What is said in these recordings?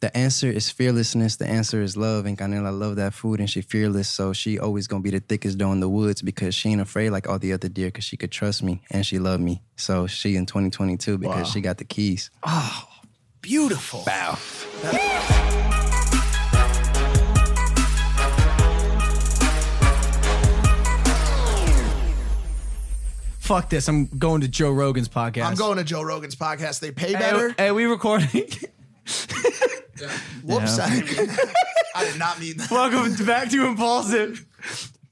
The answer is fearlessness. The answer is love. And Canela love that food and she fearless. So she always gonna be the thickest doe in the woods because she ain't afraid like all the other deer because she could trust me and she loved me. So she in 2022 because she got the keys. Beautiful. Bow. Fuck this. I'm going to Joe Rogan's podcast. I'm going to Joe Rogan's podcast. They pay Hey, better. hey, we recording. Whoops. I, didn't mean that. I did not mean that. Welcome to- back to Impulsive,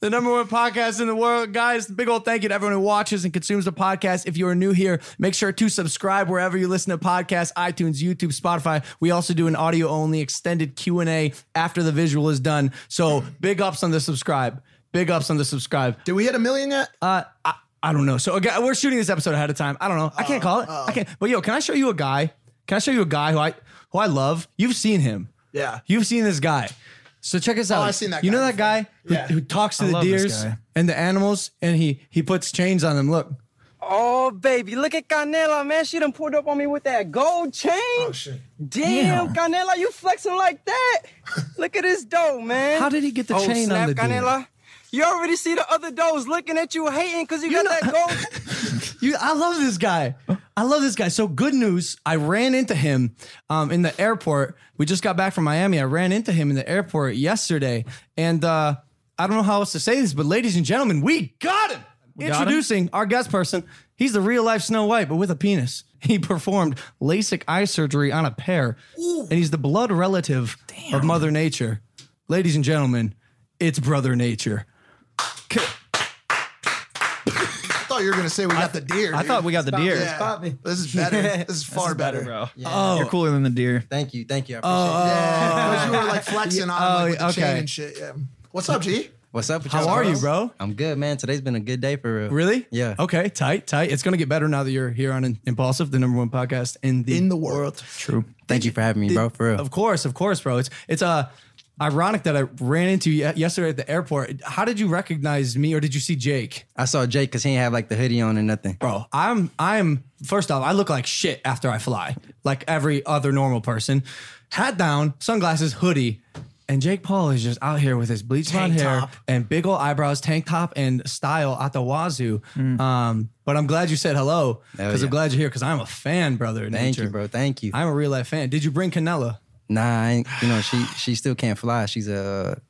the number one podcast in the world. Guys, big old thank you to everyone who watches and consumes the podcast. If you are new here, make sure to subscribe wherever you listen to podcasts, iTunes, YouTube, Spotify. We also do an audio only extended Q&A after the visual is done. So big ups on the subscribe. Big ups on the subscribe. Did we hit a million yet? Uh, I, I don't know. So again, we're shooting this episode ahead of time. I don't know. I can't Oh, call it. I can't. But yo, can I show you a guy? Can I show you a guy who I who I love? You've seen him. Yeah. Oh, You've seen this guy. So check us out. I've seen that You guy know that guy who, Yeah. who talks to I the love this deers guy. and the animals, and he he puts chains on them. Look, Oh, baby, look at Canela, man. She done pulled up on me with that gold chain. Oh shit. Damn, Canela, you flexing like that. look at this dough, man. how did he get the oh, chain snap, on the deer? Canela. You already see the other does looking at you hating because you, got that gold. You, I love this guy. I love this guy. So good news. I ran into him um, in the airport. We just got back from Miami. I ran into him in the airport yesterday, and uh, I don't know how else to say this, but ladies and gentlemen, we got him. got him? Introducing our guest person. He's the real life Snow White, but with a penis. He performed LASIK eye surgery on a pear, and he's the blood relative of Mother Nature. Ladies and gentlemen, it's Brother Nature. I thought you were gonna say we got the deer. I dude. thought we got the deer. Yeah. This is better. This is far better. Oh, You're cooler than the deer. Thank you, thank Uh, you. I appreciate Yeah, 'cause you were like flexing on Oh, like, with the chain okay. and shit. Yeah. What's up, G? What's up with how y'all, are you, bros? bro? I'm good, man. Today's been a good day for real. Really? Yeah. Okay. Tight. Tight. It's gonna get better now that you're here on In- Impulsive, the number one podcast in the In the world. True. Thank you for having me, bro. For real. Of course, of course, bro. It's it's uh ironic that I ran into you yesterday at the airport. How did you recognize me, or did you see Jake, I saw Jake because he didn't have like the hoodie on and nothing. bro? I'm I'm first off, I look like shit after I fly, like every other normal person. Hat down, sunglasses, hoodie. And Jake Paul is just out here with his bleach blonde Tank hair top. and big old eyebrows, tank top, and style at the wazoo. Um, but I'm glad you said hello because Mm. yeah. I'm glad you're here because I'm a fan, brother. Thank you, nature. bro. Thank you. I'm a real life fan. Did you bring Canella? Nah, I ain't, you know she she still can't fly. She's a,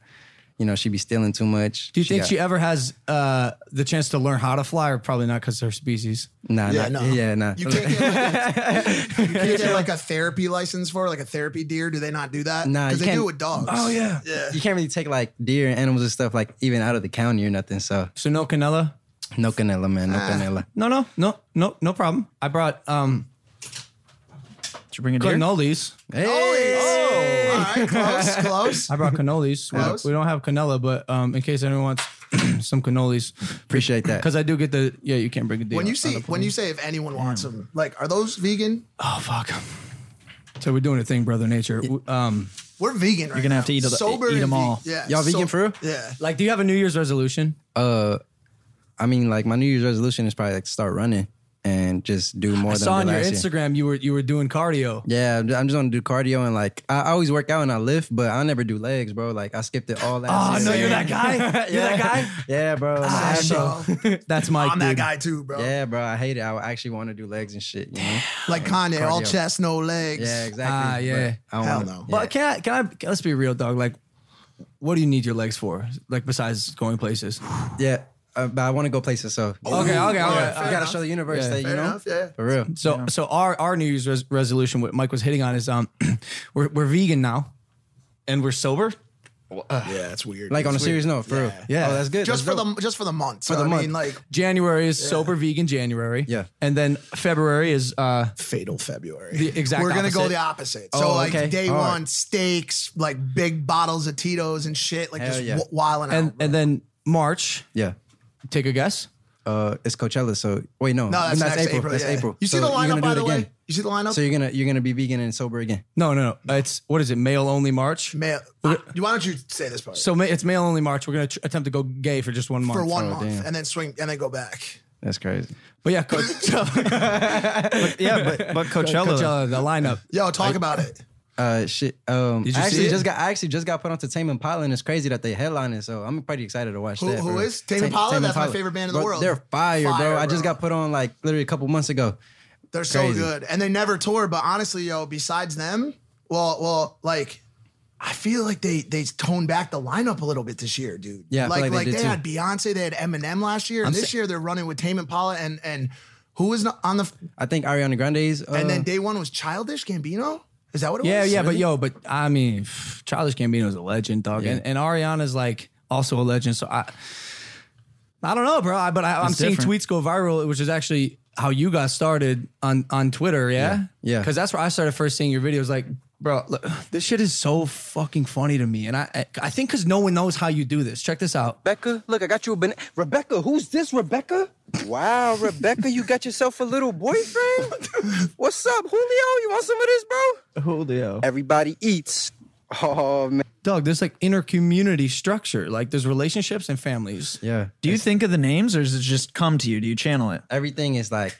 you know she be stealing too much. Do you think got- she ever has uh, the chance to learn how to fly, or probably not because her species? Nah, Yeah, yeah, no. yeah, nah. You can't get like a, you can't get like a therapy license for like a therapy deer. Do they not do that? Nah, because you they do can't- it with dogs. yeah. You can't really take like deer and animals and stuff like even out of the county or nothing. So So no Canella. no canela, man. Ah. No canela. No, no, no, no, no problem. I brought um, Did you bring a cannolis. Oh, all right, close, close. I brought cannolis. we, don't, Close. we don't have Canella, but um, in case anyone wants some cannolis, Appreciate that. because I do get the yeah, you can't bring a deal. When you on see the when you say if anyone wants them, like are those vegan? oh fuck. So we're doing a thing, brother nature. Um, We're vegan. Right You're gonna have to eat the- eat them all. Yeah, Y'all vegan for real? Yeah. like, do you have a New Year's resolution? I mean, like my New Year's resolution is probably like start running and just do more I than saw I on did your last year. Instagram you were you were doing cardio. Yeah, I'm ju- I'm just gonna do cardio and like I I always work out and I lift, but I never do legs, bro. Like I skipped it all last year. guy. Oh, You're that Ah. guy. Yeah, bro. Like, So, That's my. I'm that dude. guy too, bro. yeah, bro. I hate it. I actually want to do legs and shit. You know? Like Kanye, all Cardio. chest, no legs. Yeah, Ah, exactly. yeah. But I don't Hell wanna- no. Yeah. But can I, can I, let's be real, dog. Like, what do you need your legs for? Like, besides going places? Yeah, uh, but I want to go places. So okay, okay, okay. I gotta show the universe Oh, Yeah. that you Fair know enough, yeah. for real. So, so our, our New Year's res- resolution, what Mike was hitting on is, um, we're, we're vegan now and we're sober yeah, it's weird. Like on a It's serious weird. note, for real. Yeah. Oh, that's good. just for That's dope. the just for the month. So, the I month. mean, like January is sober vegan January. Yeah. And then February is uh fatal February. the exact we're gonna go opposite. the opposite. So Oh, like okay. day All right. one, steaks, like big bottles of Tito's and shit, like Hell just yeah. w- wilding and out. and then March, Yeah. take a guess. Uh, it's Coachella, so wait, no, no, that's, that's next April. April. That's yeah. April. You see So the you're gonna lineup, do by it the again. way. You see the lineup. So you're gonna you're gonna be vegan and sober again. No, no, no. It's what is it? Male only March. Male, why don't you say this part So ma- it's male only March. We're gonna tr- attempt to go gay for just one month. for one month, oh, damn. and then swing, and then go back. That's crazy. But yeah, Co- so- yeah, but but Coachella. Coachella, the lineup. Yo, talk about it. Uh, shit. Um, Did you I see actually it? just got I actually just got put onto Tame Impala, and it's crazy that they headline it. So I'm pretty excited to watch Who- that. who bro. is? Tame Impala? That's my favorite band in the Bro, world. They're fire, bro. Fire, I just bro. got put on like literally a couple months ago. They're so Crazy. good, and they never tour. But honestly, yo, besides them, well, well, like. I feel like they they toned back the lineup a little bit this year, dude. Yeah, I feel like like like, they they, did too. had Beyonce, they had Eminem last year, and this year they're running with Tame Impala and and who was not on the I think Ariana Grande's. Uh, and then day one was Childish Gambino. Is that what it Yeah, was? yeah, but yo, but I mean, pff, Childish Gambino is a legend, dog, and, and Ariana's like also a legend. So I, I don't know, bro. I, but I, I'm It's seeing different. tweets go viral, which is actually how you got started on on Twitter. Yeah, Yeah, yeah. because that's where I started first seeing your videos. Like, bro, look, this shit is so fucking funny to me, and I, I, I think because no one knows how you do this. Check this out. Rebecca, look, I got you a banana. Rebecca, who's this Rebecca? Wow, Rebecca, you got yourself a little boyfriend? What's up, Julio? You want some of this, bro? Julio. Everybody eats. Oh, man. Dog, there's like inner community structure. Like there's relationships and families. yeah. Do you think of the names, or does it just come to you? Do you channel it? Everything is like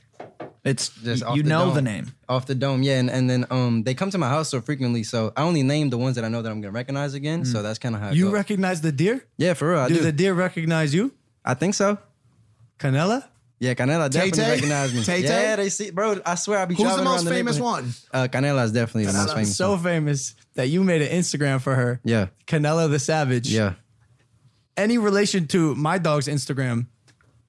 It's just off you the know dome. the name. off the dome yeah and, and then um they come to my house so frequently so i only name the ones that i know that i'm gonna recognize again so that's kind of how it You go. recognize the deer? yeah for real i Do do the deer recognize you? i think so Canela? yeah canela definitely Tay-Tay? recognize me Tay-Tay? yeah they see bro i swear i be Who's the traveling around most famous neighborhood. one? uh canela is definitely the most famous so one. famous that you made an Instagram for her. yeah Canela the Savage. yeah Any relation to my dog's Instagram,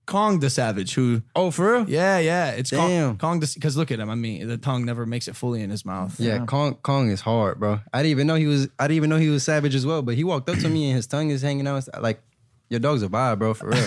Kong the Savage, who oh for real yeah, yeah. It's Kong Damn. Kong the because look at him. I mean, the tongue never makes it fully in his mouth. yeah, Kong Kong is hard, bro. I didn't even know he was. I didn't even know he was savage as well. But he walked up to me and his tongue is hanging out. Like, your dog's a vibe, bro, for real.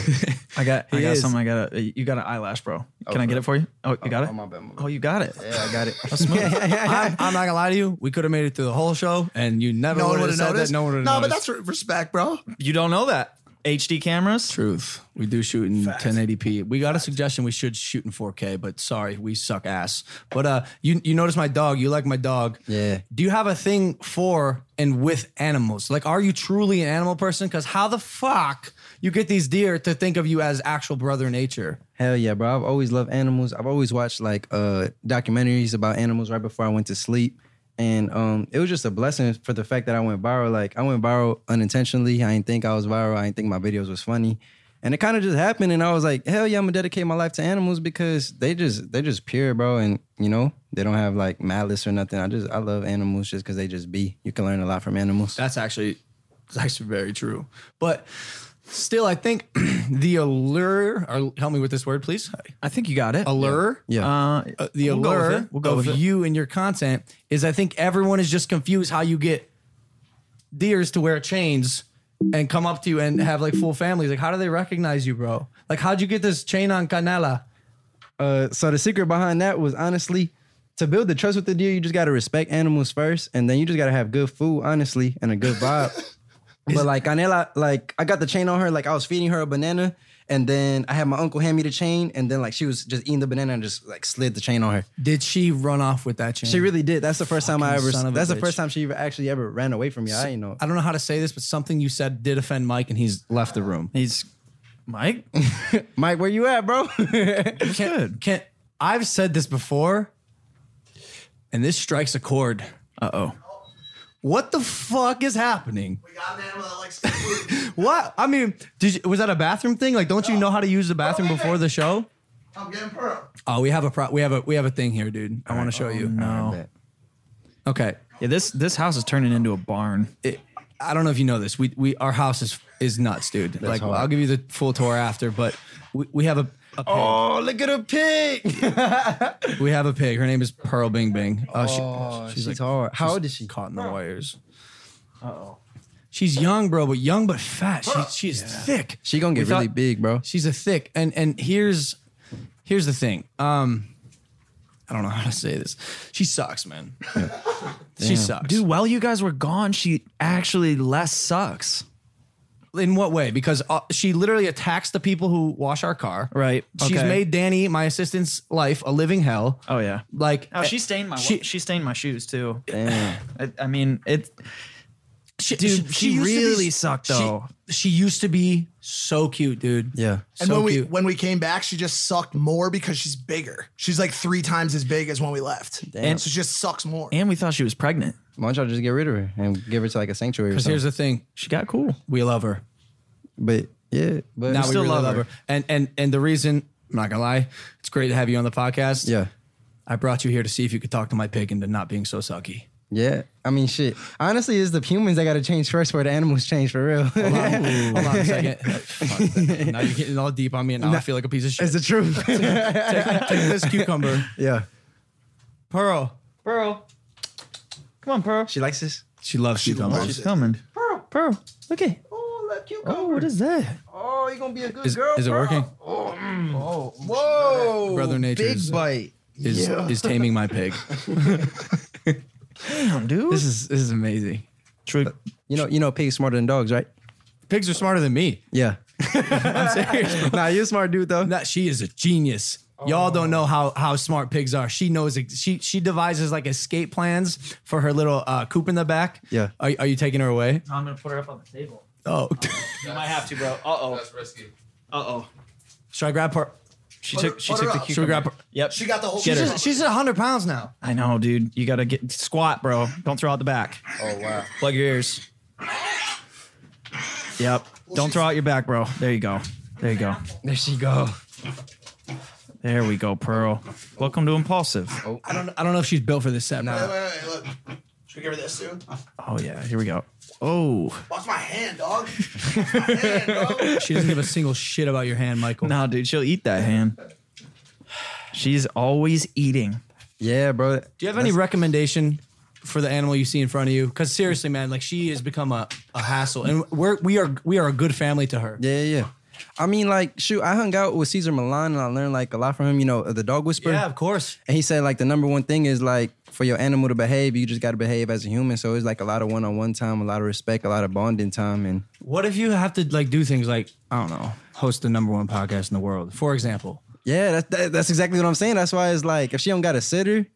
I got I got is. something. I got a you got an eyelash, bro. Can I get it for you? Oh, you got it. oh, my bad, my bad. Oh, you got it. yeah, I got it. I'm, I'm not gonna lie to you. We could have made it through the whole show, and you never No one would would have have said noticed. that. No one would have no, noticed. but that's re- respect, bro. You don't know that HD cameras. Truth. We do shoot in 1080p. We got a suggestion we should shoot in 4K, but sorry, we suck ass. But uh you you notice my dog, you like my dog. Yeah. Do you have a thing for and with animals? Like are you truly an animal person? Cuz how the fuck you get these deer to think of you as actual brother nature? Hell yeah, bro. I've always loved animals. I've always watched like uh documentaries about animals right before I went to sleep. And um it was just a blessing for the fact that I went viral. Like I went viral unintentionally. I didn't think I was viral. I didn't think my videos was funny. And it kind of just happened and I was like, hell yeah, I'm gonna dedicate my life to animals because they just they're just pure, bro. And you know, they don't have like malice or nothing. I just I love animals just because they just be. You can learn a lot from animals. That's actually that's actually very true. But still I think the allure or help me with this word please. I think you got it. Allure? yeah. Uh, uh, the We'll go with allure it. We'll go of with it. you and your content is I think everyone is just confused how you get deers to wear chains and come up to you and have like full families. Like, how do they recognize you, bro? Like, how'd you get this chain on Canela? Uh, so the secret behind that was honestly to build the trust with the deer, you just gotta respect animals first, and then you just gotta have good food, honestly, and a good vibe. but like Canela, like I got the chain on her, like I was feeding her a banana, and then I had my uncle hand me the chain, and then like she was just eating the banana and just like slid the chain on her. Did she run off with that chain? She really did. That's the first time I Fucking ever. son of a That's the bitch. first time she ever actually ever ran away from me. I ain't know. I don't know how to say this, but something you said did offend Mike, and he's left the room. he's Mike. Mike, where you at, bro? Can't, can't, I've said this before, and this strikes a chord. Uh oh. What the fuck is happening? We got an animal that likes food. What? I mean, did you, was that a bathroom thing? Like, don't you know how to use the bathroom before the show? I'm getting pearl. Oh, we have a pro- we have a we have a thing here, dude. I want to show you. Oh, No. Okay. Yeah. This this house is turning into a barn. It- I don't know if you know this. We we our house is is nuts, dude. like hard. I'll give you the full tour after, but we, we have a, a pig. oh, look at a pig. we have a pig. Her name is Pearl Bing Bing. Oh, she, She's hard. How old is she? caught in the wires. She's young, bro, but young but fat. She, she's thick. She gonna get We thought- really big, bro. She's a thick. And and here's here's the thing. Um, I don't know how to say this. She sucks, man. she sucks. Dude, while you guys were gone, she actually less sucks. In what way? Because uh, she literally attacks the people who wash our car. Right. She's Okay. made Danny, my assistant's life, a living hell. Oh yeah. Like eh, Oh, she stained my She- she, she stained my shoes too. Damn. I, I mean, it. she, Dude, she used to be- really sucked, she- though. She, used to be so cute, dude. Yeah. so And when we cute. when we came back, she just sucked more because she's bigger. She's like three times as big as when we left. Damn. so she just sucks more. And we thought she was pregnant. Why don't y'all just get rid of her and give her to like a sanctuary or Because something? here's the thing, She got cool. we love her. but yeah, but Now we still love her. And and and the reason I'm not gonna lie, it's great to have you on the podcast. Yeah. I brought you here to see if you could talk to my pig into not being so sucky. Yeah. I mean, shit. Honestly, it's the humans that got to change first before the animals change for real. Hold on a second. Uh, Fuck that. now you're getting all deep on me, and now I feel like a piece of shit. it's the truth. take, take this cucumber, yeah. Pearl. Pearl, come on, Pearl. She likes this. She loves cucumbers. She's coming. Pearl, Pearl, look at. Oh, look, you Oh, what is that? Oh, you're gonna be a good Is, girl. is it bro. working? Oh, Whoa, Brother Nature big is- bite. Is is taming my pig? Damn, dude. This is this is amazing. true. You know, you know, pigs smarter than dogs, right? Pigs are smarter than me. Yeah. I'm serious. bro. nah, you a smart dude though. That she is a genius. Y'all don't know how how smart pigs are. She knows ex- she she devises like escape plans for her little uh, coop in the back. Yeah. Are, are you taking her away? I'm gonna put her up on the table. Oh, You might have to, bro. Uh oh. risky. Uh oh. should I grab her? She took. She put her took the up. cucumber. Should we grab her? Yep. She got the whole. Get her. she's- She's at hundred pounds now. I know, dude. You gotta get squat, bro. Don't throw out the back. Oh wow. Plug your ears. Yep. Don't throw out your back, bro. There you go. There you go. There she go. There we go, Pearl. Welcome to Impulsive. I don't I don't know if she's built for this set. Wait, wait, wait, look. Should we give her this too? Oh yeah, here we go. Oh, Watch my hand, dog. Watch my hand, bro. She doesn't give a single shit about your hand, Michael. no, dude, she'll eat that hand. She's always eating. Yeah, bro. Do you have any recommendation for the animal you see in front of you? Because seriously, man, like she has become a, a hassle, and we're we are we are a good family to her. Yeah, yeah. yeah. I mean, like, shoot, I hung out with Caesar Milan and I learned like a lot from him. You know, the dog whisperer. Yeah, of course. And he said like the number one thing is like for your animal to behave, you just got to behave as a human. So it's like a lot of one-on-one time, a lot of respect, a lot of bonding time, and What if you have to like do things like I don't know, host the number one podcast in the world, for example? yeah, that's that, that's exactly what I'm saying. That's why it's like if she don't got a sitter,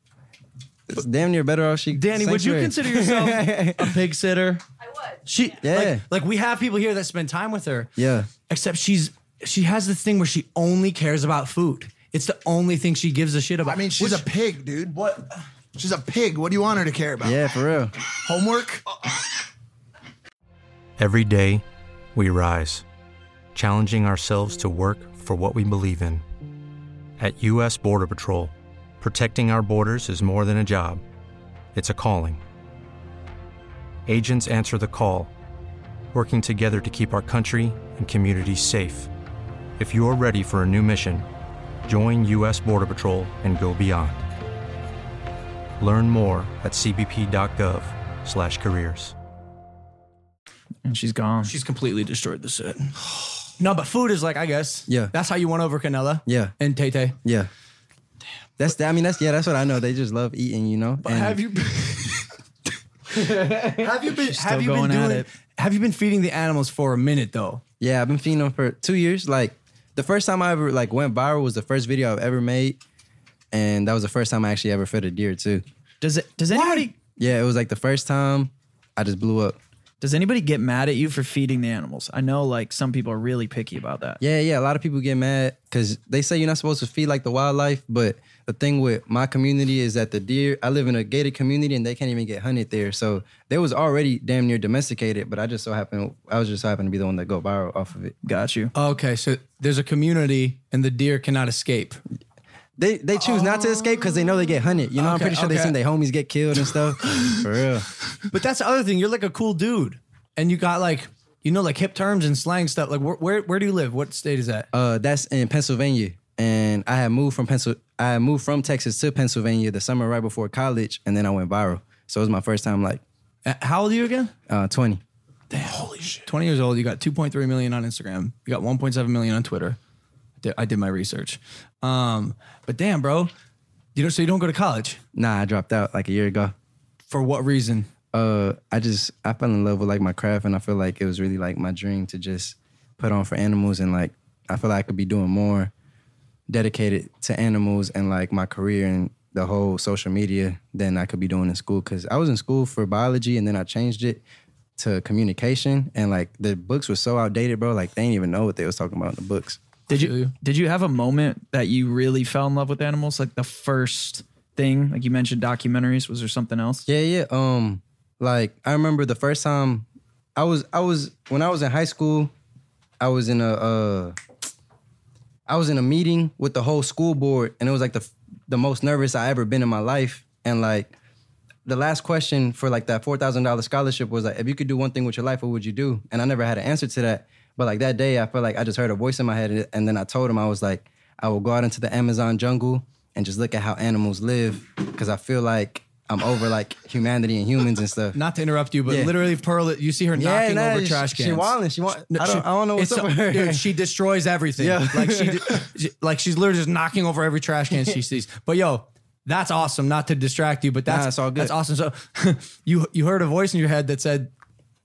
it's damn near better off she. Danny, would you sanctuary. consider yourself a pig sitter? I would. She, Yeah. like, like we have people here that spend time with her. Yeah. Except she's she has this thing where she only cares about food. It's the only thing she gives a shit about. I mean, she's Which- a pig, dude. What? She's a pig. What do you want her to care about? Yeah, for real. Homework. Every day, we rise, challenging ourselves to work for what we believe in. At U.S. Border Patrol, protecting our borders is more than a job, it's a calling. Agents answer the call, working together to keep our country and communities safe. If you're ready for a new mission, join U.S. Border Patrol and go beyond. Learn more at cbp.gov/careers. And she's gone. She's completely destroyed the set. No, but food is like I guess. Yeah. that's how you won over Canella. Yeah. and Tay Tay. Yeah. That's I mean that's yeah that's what I know. They just love eating, you know. And you been? have you been? still Have you been going at doing? it. Have you been feeding the animals for a minute though? yeah, I've been feeding them for two years. Like the first time I ever like went viral was the first video I've ever made, and that was the first time I actually ever fed a deer too. Does it? Does anybody? Yeah, it was like the first time I just blew up. Does anybody get mad at you for feeding the animals? I know, like some people are really picky about that. Yeah, yeah. A lot of people get mad because they say you're not supposed to feed like the wildlife. But the thing with my community is that the deer, I live in a gated community and they can't even get hunted there. So they was already damn near domesticated, but I just so happened, I was just so happened to be the one that go viral off of it. Got you. Okay, so there's a community and the deer cannot escape. They they choose not to escape because they know they get hunted. You know, I'm Okay, pretty sure they okay. seen their homies get killed and stuff. For real. But that's the other thing. You're like a cool dude, and you got like you know like hip terms and slang stuff. Like where where, where do you live? What state is that? Uh, that's in Pennsylvania, and I had moved from Pencil. I had moved from Texas to Pennsylvania the summer right before college, and then I went viral. So it was my first time, like Uh, How old are you again? uh, 20. Holy shit. 20 years old. You got 2.3 million on Instagram. You got 1.7 million on Twitter. I did, I did my research. Um, but damn, bro. You know, so you don't go to college. Nah, I dropped out like a year ago. For what reason? Uh, I just I fell in love with like my craft, and I feel like it was really like my dream to just put on for animals, and like I feel like I could be doing more dedicated to animals and like my career and the whole social media than I could be doing in school. Cause I was in school for biology, and then I changed it to communication, and like the books were so outdated, bro. Like they didn't even know what they was talking about in the books. Did you did you have a moment that you really fell in love with animals? Like the first thing, like you mentioned documentaries. Was there something else? Yeah, yeah. Um, like I remember the first time I was I was when I was in high school, I was in a uh I was in a meeting with the whole school board and it was like the the most nervous I ever been in my life and like the last question for like that $4,000 scholarship was like if you could do one thing with your life what would you do? And I never had an answer to that. But like that day I felt like I just heard a voice in my head and then I told him I was like I will go out into the Amazon jungle and just look at how animals live cuz I feel like I'm over like humanity and humans and stuff. Not to interrupt you, but Yeah. literally, Pearl, you see her Yeah, knocking nah, over she- trash she cans. wildin', she wa- I don't- I don't know what's it's up so- with her. Dude, she destroys everything. Yeah. like she, she- like she's literally just knocking over every trash can she sees. But yo, that's awesome. Not to distract you, but that's Nah, it's all good. That's awesome. So you you heard a voice in your head that said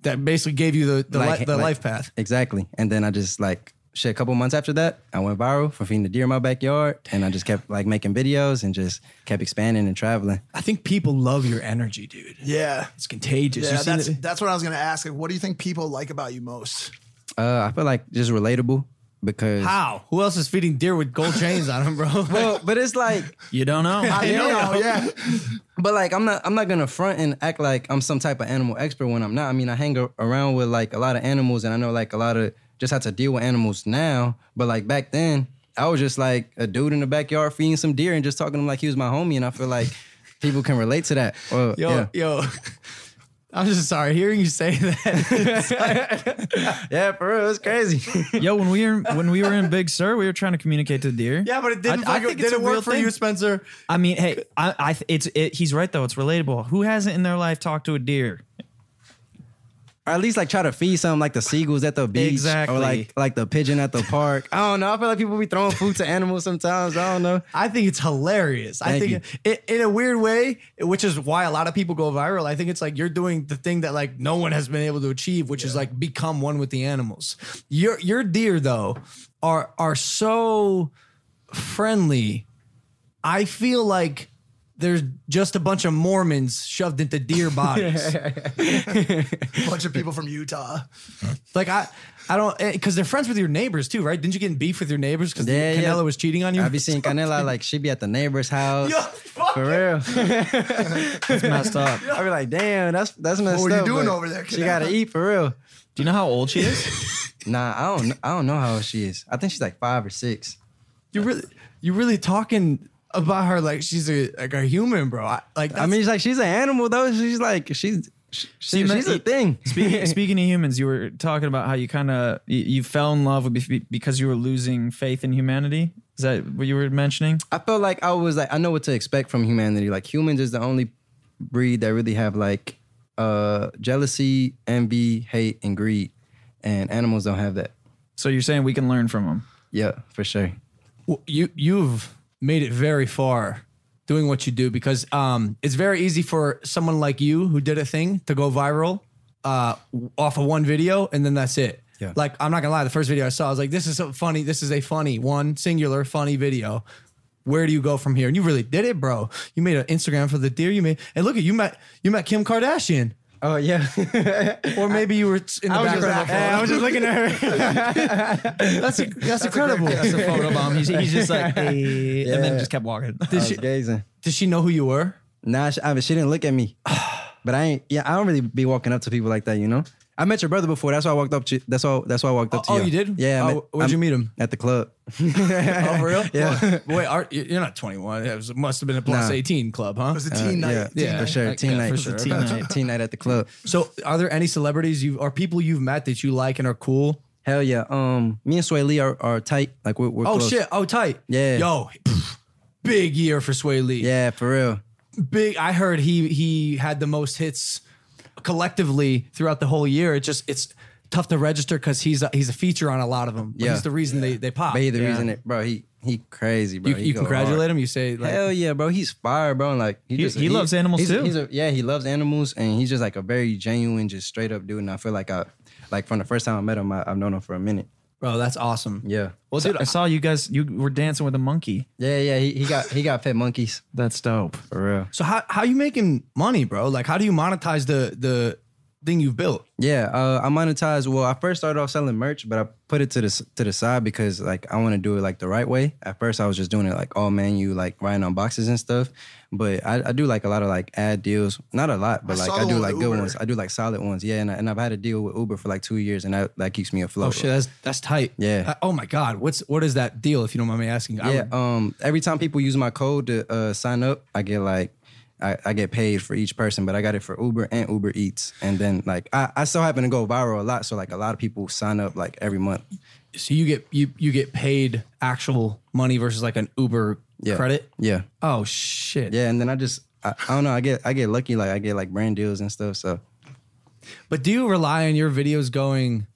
that basically gave you the the, Like- li- the like- life path. Exactly. And then I just like shit. A couple months after that, I went viral for feeding the deer in my backyard, and I just kept like making videos and just kept expanding and traveling. I think people love your energy, dude. Yeah. It's contagious. You Yeah, seen that's it? that's what I was gonna ask. Like, what do you think people like about you most? Uh, I feel like just relatable because How? Who else is feeding deer with gold chains on them, bro? well, but it's like You don't know. I know, yeah. But like I'm not I'm not gonna front and act like I'm some type of animal expert when I'm not. I mean I hang a- around with like a lot of animals and I know like a lot of just how to deal with animals now. But like back then I was just like a dude in the backyard feeding some deer and just talking to him like he was my homie and I feel like people can relate to that. Or, yo, yeah. yo. I'm just sorry hearing you say that. yeah, for real, it's crazy. Yo, when we were when we were in Big Sur, we were trying to communicate to deer. yeah, but it didn't. I- I fucking- think it's didn't a work real for thing. you, Spencer. I mean, hey, I, I th- it's it, he's right though. It's relatable. Who hasn't in their life talked to a deer? or at least like try to feed something like the seagulls at the beach, Exactly. or like like the pigeon at the park. I don't know. I feel like people be throwing food to animals sometimes. I don't know. I think it's hilarious. I Thank think it, in a weird way, which is why a lot of people go viral. I think it's like you're doing the thing that like no one has been able to achieve, which is like become one with the animals. Your your deer though are are so friendly. I feel like there's just a bunch of Mormons shoved into deer bodies. A bunch of people from Utah. Like I, I don't because they're friends with your neighbors too, right? Didn't you get in beef with your neighbors because Yeah, Canelo yeah. was cheating on you? Have you seen Canela? Like she be at the neighbor's house. Yo, for real. It's messed up. Do I be like, damn, that's that's messed were you up, doing but over there, She Canela? gotta eat for real. you know how old she is? Nah, I don't I don't know how old she is. I think she's like five or six. You really, you really talking about her like she's a like a human, bro. I, like I mean, she's like she's an animal though. She's like she's she, meant- she's a thing. Speaking, speaking of humans, you were talking about how you kind of you, you fell in love with be- because you were losing faith in humanity. Is that what you were mentioning? I felt like I was like I know what to expect from humanity. Like humans is the only breed that really have like uh jealousy, envy, hate, and greed, and animals don't have that. So you're saying we can learn from them? Yeah, for sure. w- you you've made it very far doing what you do because um, it's very easy for someone like you who did a thing to go viral uh, w- off of one video and then that's it. Yeah. Like I'm not gonna lie, the first video I saw, I was like, "This is so funny. This is a funny one, singular, funny video." Where do you go from here? And you really did it, bro. You made an Instagram for the deer. You made, and look at you met you met Kim Kardashian, Oh yeah, or maybe you were t- in the was just- background. of a I was photo. just looking at her. that's, that's incredible. That's a photo bomb. He's, he's just like, "Eh," and then just kept walking. I was gazing. Did she know who you were? Nah, she, I mean, she didn't look at me. But I ain't. Yeah, I don't really be walking up to people like that. You know, I met your brother before. That's why I walked up. To, that's why. That's why I walked up to Oh, you. you did? Yeah. I Oh, met- where'd I'm- you meet him? At the club. Oh, for real? Yeah. Wait, are, you- you're not 21. It was, must have been a plus Nah. 18 club, huh? Uh, It was a teen night. Yeah, Teen Yeah. for night. sure. Like, teen yeah, night. for sure. Teen night. Teen night at the club. So, are there any celebrities you or people you've met that you like and are cool? Hell yeah. Um, me and Sway Lee are, are tight. Like we're, we're Oh close. shit! Oh tight. Yeah. Yo, big year for Sway Lee. Yeah, for real. Big. I heard he he had the most hits collectively throughout the whole year, it just it's tough to register because he's a, he's a feature on a lot of them. But Yeah. he's the reason they they pop. But he the Yeah. reason that, bro, he he crazy, bro. You- He you go congratulate hard. him? You say, like- hell yeah, bro. He's fire, bro. And like He- he loves animals he's- too. he's a- yeah, he loves animals, and he's just like a very genuine, just straight up dude. And I feel like I, like from the first time I met him, I, I've known him for a minute. Bro, that's awesome. Yeah. Well, dude, I saw you guys. You were dancing with a monkey. Yeah, yeah. He, he got he got pet monkeys That's dope. for real. So how how you making money, bro? Like how do you monetize the the thing you've built? Yeah, uh, I monetized. Well, I first started off selling merch, but I put it to the s- to the side because like I want to do it like the right way. At first, I was just doing it like all menu, like writing on boxes and stuff. But I, I do like a lot of like ad deals, not a lot, but I like saw I the do one with like good Uber. ones. I do like solid ones. Yeah, and, I, and I've had a deal with Uber for like two years, and that that keeps me afloat. Oh shit, that's that's tight. Yeah. Uh, oh my god, what's what is that deal? If you don't mind me asking, I Yeah. would- Um. Every time people use my code to uh, sign up, I get like. I, I get paid for each person, but I got it for Uber and Uber Eats. And then like I, I still happen to go viral a lot. So like a lot of people sign up like every month. so you get you you get paid actual money versus like an Uber Yeah. credit. Yeah. Oh shit. Yeah, and then I just I, I don't know. I get I get lucky. Like I get like brand deals and stuff. So But do you rely on your videos going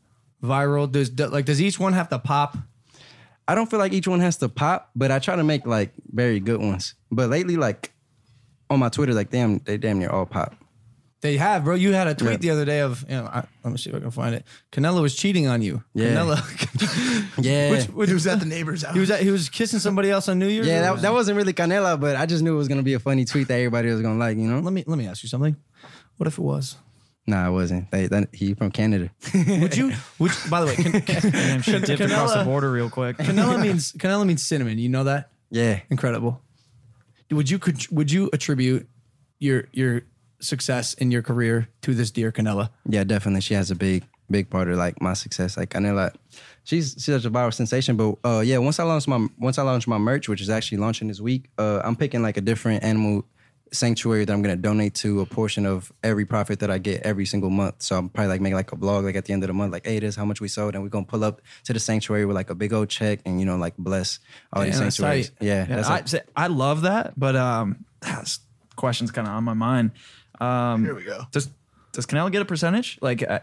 viral? Does do, like does each one have to pop? I don't feel like each one has to pop, but I try to make like very good ones. But lately, like on my Twitter, like damn, they damn near all pop. They have, bro. You had a tweet Yeah. the other day of, you know, I, let me see if I can find it. Canelo was cheating on you. Yeah. Canelo, Yeah, which, which He was at the neighbor's house. he was at, he was kissing somebody else on New Year's. yeah. or- That, that wasn't really Canela, but I just knew it was gonna be a funny tweet that everybody was gonna like. You know? let me let me ask you something. What if it was? Nah, it wasn't. They, that, he from Canada. Would you? Would you- by the way, can, Damn, shit dipped across the Canelo- border real quick. Canelo means Canelo means cinnamon. You know that? yeah. Incredible. Would you could would you attribute your your success in your career to this dear Canela? Yeah, definitely. She has a big, big part of like my success. Like I know like she's she's such a viral sensation. But uh yeah, once I launch my once I launch my merch, which is actually launching this week, uh I'm picking like a different animal sanctuary that I'm gonna donate to a portion of every profit that I get every single month. So I'm probably like making like a blog like at the end of the month, like, hey, this is how much we sold, and we're gonna pull up to the sanctuary with like a big old check and you know, like bless all these Damn, that's sanctuaries. tight. Yeah, Yeah, that's I, like- say- I love that, but um, that's question's kind of on my mind. Um, Here we go. Does Does Canelo get a percentage? Like, uh,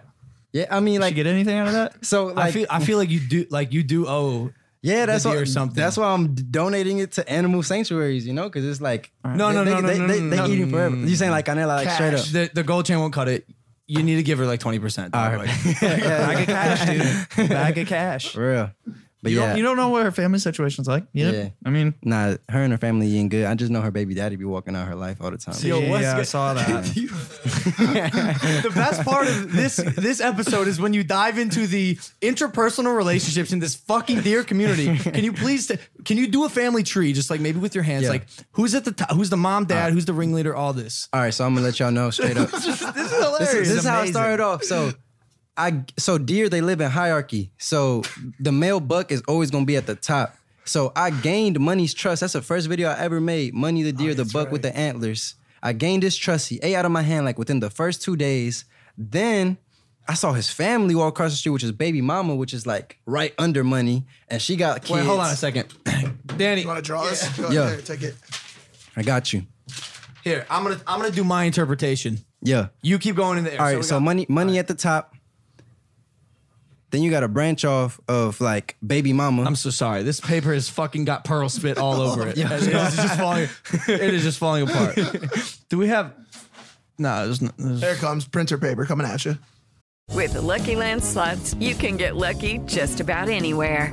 yeah, I mean does like she get anything out of that? so like I feel I feel like you do like you do owe. Yeah, that's deer why. or something. That's why I'm d- donating it to animal sanctuaries. You know, because it's like No, they, no, they, no, no, they, no, they, no, they no, eating forever. You saying like Canela, like straight up? The the gold chain won't cut it. You need to give her like twenty percent. Bag of cash, dude. Bag of cash. For real, but You, yeah, don't, you don't know what her family situation's like. You know? Yeah. I mean, nah, her and her family ain't good. I just know her baby daddy be walking out her life all the time. Yo, what's yeah, I good- uh, saw Uh, that. the best part of this this episode is when you dive into the interpersonal relationships in this fucking dear community. Can you please t- can you do a family tree just like maybe with your hands Yeah. Uh, like who's at the top who's the mom dad who's the ringleader all this. All right, so I'm gonna let y'all know straight up. this This is hilarious. is, this is how it Amazing. started off. So. I so deer they live in hierarchy. So the male buck is always gonna be at the top. So I gained money's trust. That's the first video I ever made. Money the Oh, deer, the buck with the antlers. I gained his trust. He ate out of my hand like within the first two days. Then I saw his family walk across the street, which is baby mama, which is like right under money, and she got kids. Wait, hold on a second. Danny, You want to draw us? Go Yeah. yeah. take it. I got you. here, I'm going to I'm going to do my interpretation. Yeah. You keep going in there. All right, so, money money at the top. Then you got a branch off of like baby mama. I'm so sorry. This paper has fucking got pearl spit all over it. It's just falling. It is just falling apart. Do we have? No, there's, n- there's There it comes printer paper coming at you. With the Lucky Land slots, you can get lucky just about anywhere.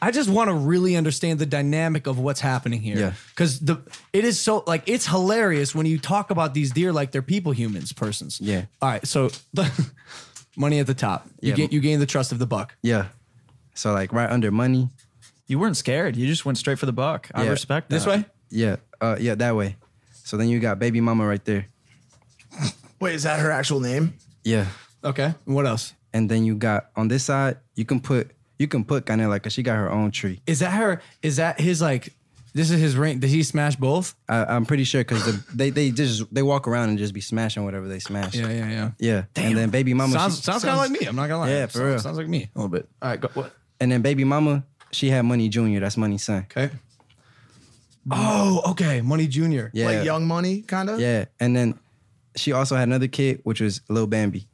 I just want to really understand the dynamic of what's happening here. Yeah. Cause the it is so like it's hilarious when you talk about these deer like they're people humans persons. Yeah. All right. So money at the top. You Yeah. gain you gain the trust of the buck. yeah. So like right under money. you weren't scared. You just went straight for the buck. I Yeah. respect that. This way? Yeah, uh, yeah, that way. So then you got baby mama right there. Wait, is that her actual name? Yeah, Okay. What else? and then you got on this side you can put you can put Canela because she got her own tree. Is that her? Is that his like? This is his ring. Did he smash both? I, I'm pretty sure because the, they they just they walk around and just be smashing whatever they smash. Yeah, yeah, yeah. yeah. And then baby mama sounds she- sounds, kind of like me. I'm not gonna lie. Yeah, for Sounds- real. Sounds like me a little bit. All right, go, what? And then baby mama she had Money Junior. That's Money son. Okay. Oh, okay. Money Junior. Mm. Yeah. Like Young Money, kind of. Yeah. And then she also had another kid which was Lil Bambi.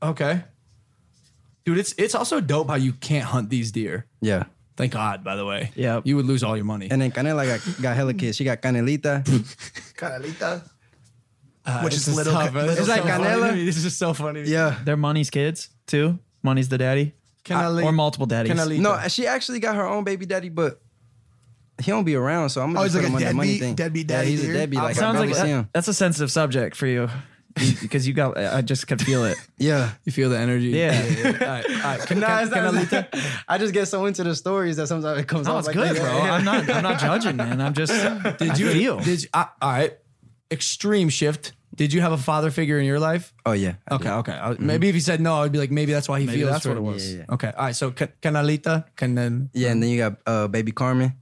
Okay. Dude, it's it's also dope how you can't hunt these deer. Yeah. Thank God, by the way. Yep. You would lose all your money. And then Canela got, got hella kids. She got Canelita. Caralita. Uh, Which this is little tough, ca- bro. little This is like so funny to Canelo. me. This is just so funny. to me. yeah. They're money's kids too. Money's the daddy. Canali- or multiple daddies. Canali- No, she actually got her own baby daddy, but he don't be around, so I'm gonna Oh, just he's put like him a on the money deadbeat- thing. deadbeat Yeah, daddy he's a here. deadbeat. Like, Sounds I like barely see him. that- that's a sensitive subject for you because you got. I just could feel it. Yeah. You feel the energy. Yeah. All right. All right. Can, No, can, it's not- Canalita? I just get so into the stories that sometimes it comes No, out it's like good, that. bro. I'm not. I'm not judging, man. I'm just. Did you feel? Did you, I, all right. Extreme shift. Did you have a father figure in your life? Oh yeah. Mm-hmm. I Okay, do. okay. I- Maybe if he said no, I'd be like, maybe that's why he feels. that's for what it me. was. Yeah, Okay. All right. So Can- Canalita, can then Yeah, and then you got uh, baby Carmen.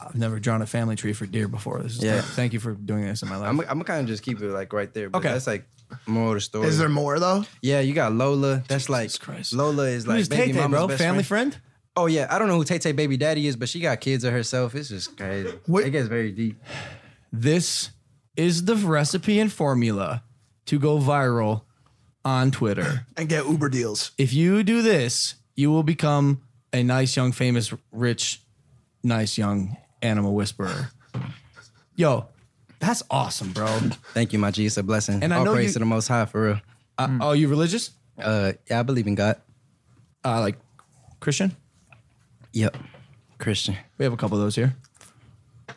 I've never drawn a family tree for deer before. This is Yeah. Thank you for doing this in my life. I'm I'm kind of just keep it like right there. But Okay. That's like more of the story. Is there more though? yeah, you got Lola. That's like Christ. Lola is like Who's baby Tay-Tay, mama's bro? best Family friend? Oh yeah, I don't know who Tay Tay baby daddy is, but she got kids of herself. It's just crazy. What- It gets very deep. This is the recipe and formula to go viral on Twitter. And get Uber deals. if you do this, you will become a nice, young, famous, rich, nice, young animal whisperer. Yo, that's awesome, bro. Thank you, my G. It's a blessing. And I All know praise you- to the Most High for real. Uh, Are you religious? Uh, yeah, I believe in God. Uh, like Christian? Yep, Christian. We have a couple of those here.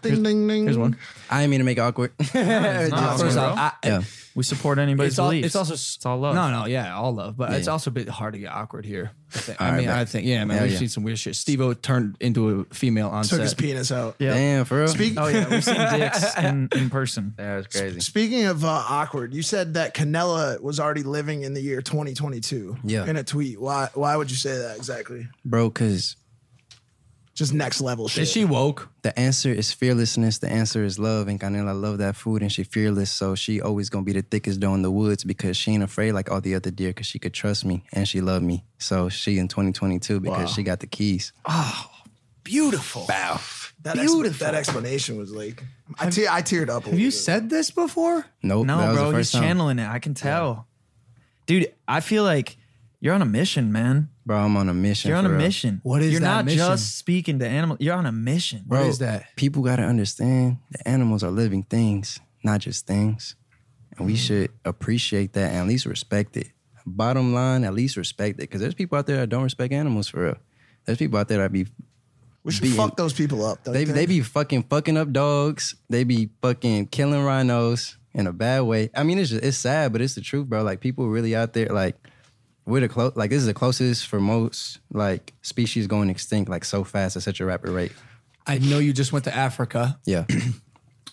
Ding ding ding. Here's one. I didn't mean to make it awkward. Nah, First bro. off, I, yeah. we support anybody's it's, all, beliefs. it's also it's all love. No, no, yeah, all love, but it's Yeah. also a bit hard to get awkward here. I, think- I right, mean, bet. I think yeah, man, Hell we've yeah. seen some weird shit. Steve-O turned into a female on Took his set. penis out. Yeah. Damn, for real. Speak- Oh yeah, we've seen dicks in, in person. that was crazy. Speaking of uh, awkward, you said that Canella was already living in the year 2022. Yeah. In a tweet, why? Why would you say that exactly? Bro, cause Just next level shit. Is she woke? the answer is fearlessness. The answer is love. And Canela love that food and she fearless. So she always gonna be the thickest doe in the woods because she ain't afraid like all the other deer because she could trust me and she loved me. So she in 2022 because she got the keys. beautiful? Wow. That ex- Beautiful. that explanation was like, I, te- I teared up. A Have little you bit. said this before? Nope. that No, was bro, the you're first time. channeling it. I can tell, dude. I feel like you're on a mission, man. Bro, I'm on a mission. You're on for a real. mission. What is You're that not mission? just speaking to animals. You're on a mission. What Bro, is that? People gotta understand that animals are living things, not just things. And Mm. we should appreciate that and at least respect it. Bottom line, at least respect it. Cause there's people out there that don't respect animals for real. There's people out there that be We should being- fuck those people up. don't they you they think? be fucking fucking up dogs. They be fucking killing rhinos in a bad way. I mean, it's just, it's sad, but it's the truth, bro. Like people really out there, like we're the close. Like this is the closest for most like species going extinct like so fast at such a rapid rate. I know you just went to Africa Yeah,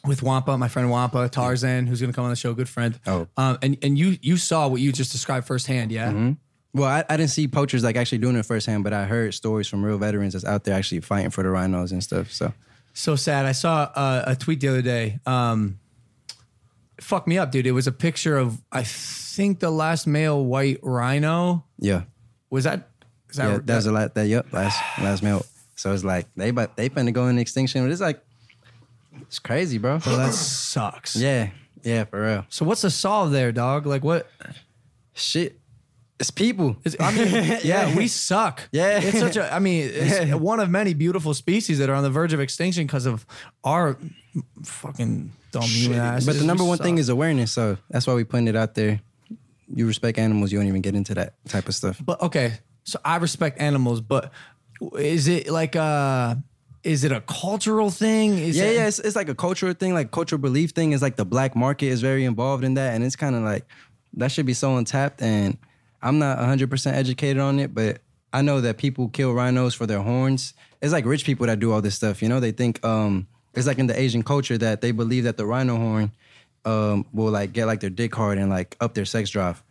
with Wampa, my friend Wampa Tarzan, who's going to come on the show, good friend. Oh. um, and and you you saw what you just described firsthand, yeah. Mm-hmm. Well, I, I didn't see poachers like actually doing it firsthand, but I heard stories from real veterans that's out there actually fighting for the rhinos and stuff. So So sad. I saw uh, a tweet the other day. Um, fuck me up, dude. It was a picture of I think the last male white rhino. yeah, Was that? Is that yeah, that was a lot. That yep, last last meal. So it's like they but they finna go into extinction. But it's like it's crazy, bro. that sucks. yeah, yeah, for real. So what's the solve there, dog? Like what? Shit, it's people. Is, I mean, yeah, we suck. Yeah. it's such a. I mean, it's one of many beautiful species that are on the verge of extinction because of our fucking dumb human asses. But the We number one thing suck. is awareness. So that's why we putting it out there. You respect animals, you don't even get into that type of stuff. But okay, so I respect animals, but is it like a is it a cultural thing? Is Yeah, it, yeah, it's, it's like a cultural thing, like cultural belief thing. Is like the black market is very involved in that, and it's kind of like that should be so untapped. And I'm not 100 percent educated on it, but I know that people kill rhinos for their horns. It's like rich people that do all this stuff. You know, they think um, it's like in the Asian culture that they believe that the rhino horn um, will like get like their dick hard and like up their sex drive.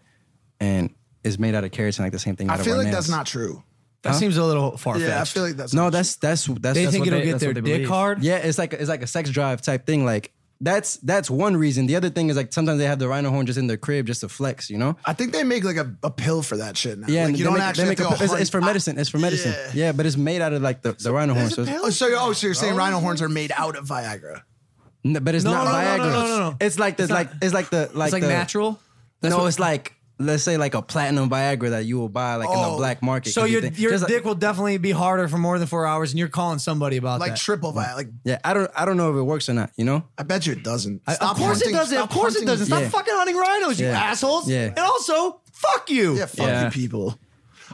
and it's made out of carrots and like the same thing. I out of feel our like nails. that's not true. That seems a little far Yeah, I feel like that's no. That's that's that's They that's think what it'll get that's their what they dick believe. hard? Yeah, it's like it's like a sex drive type thing. Like that's that's one reason. The other thing is like sometimes they have the rhino horn just in their crib just to flex. You know. I think they make like a, a pill for that shit now. Yeah, like, and you they don't make, they actually make have a, to go it's, hunt. it's for medicine. It's for medicine. Yeah. Yeah, but it's made out of like the, the rhino horn. So, it's- Oh, so you're, oh, so you're saying rhino horns are made out of Viagra? No, but it's No, not no, no, Viagra. no, no, no, no. It's like the It's like not- it's like the like like the, natural? That's no, what- it's like let's say like a platinum Viagra that you will buy like in Oh, the black market. So 'cause you your think- your just dick like- will definitely be harder for more than four hours, and you're calling somebody about Like that. triple Viagra? Like yeah, I don't I don't know if it works or not. You know. I bet you it doesn't. I- Stop of course hunting- it doesn't. Of stop course it hunting- doesn't. Stop Yeah. fucking hunting rhinos, you Yeah. assholes. Yeah. And also, fuck you. Yeah, fuck Yeah. you people.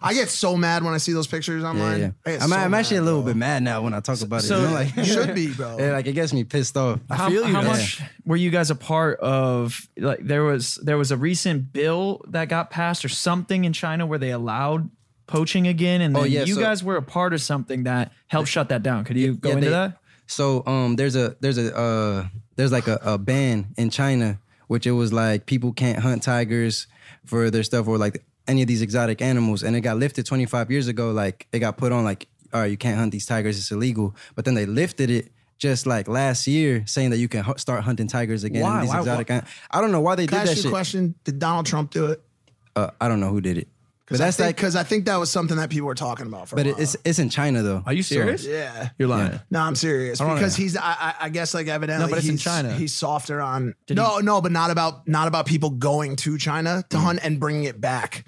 I get so mad when I see those pictures Yeah, online. yeah. I get I'm, so I'm actually mad, a little bro. bit mad now when I talk about so- it. You know? Like, You should be, bro. yeah, like it gets me pissed off. How, how much were you guys a part of? Like there was there was a recent bill that got passed or something in China where they allowed poaching again, and then Oh, yeah, you so- guys were a part of something that helped shut that down. Could you go Yeah, into they- that? So um, there's a there's a uh, there's like a, a ban in China, which it was like people can't hunt tigers for their stuff or like any of these exotic animals, and it got lifted 25 years ago. Like it got put on like, all right, you can't hunt these tigers; it's illegal. But then they lifted it just like last year, saying that you can hu- start hunting tigers again. Why? and These Why- exotic. an- I don't know why they Can I did that ask you shit. a question? Did Donald Trump do it? Uh, I don't know who did it, but that's like. because I think that was something that people were talking about for. But a it- while. it's it's in China though. Are you So- serious? yeah. You're lying. No, I'm serious don't because know. he's. I, I, I guess like evidently, No, but it's in he's, China. He's softer on. no, no, but not about not about people going to China to hunt and bringing it back.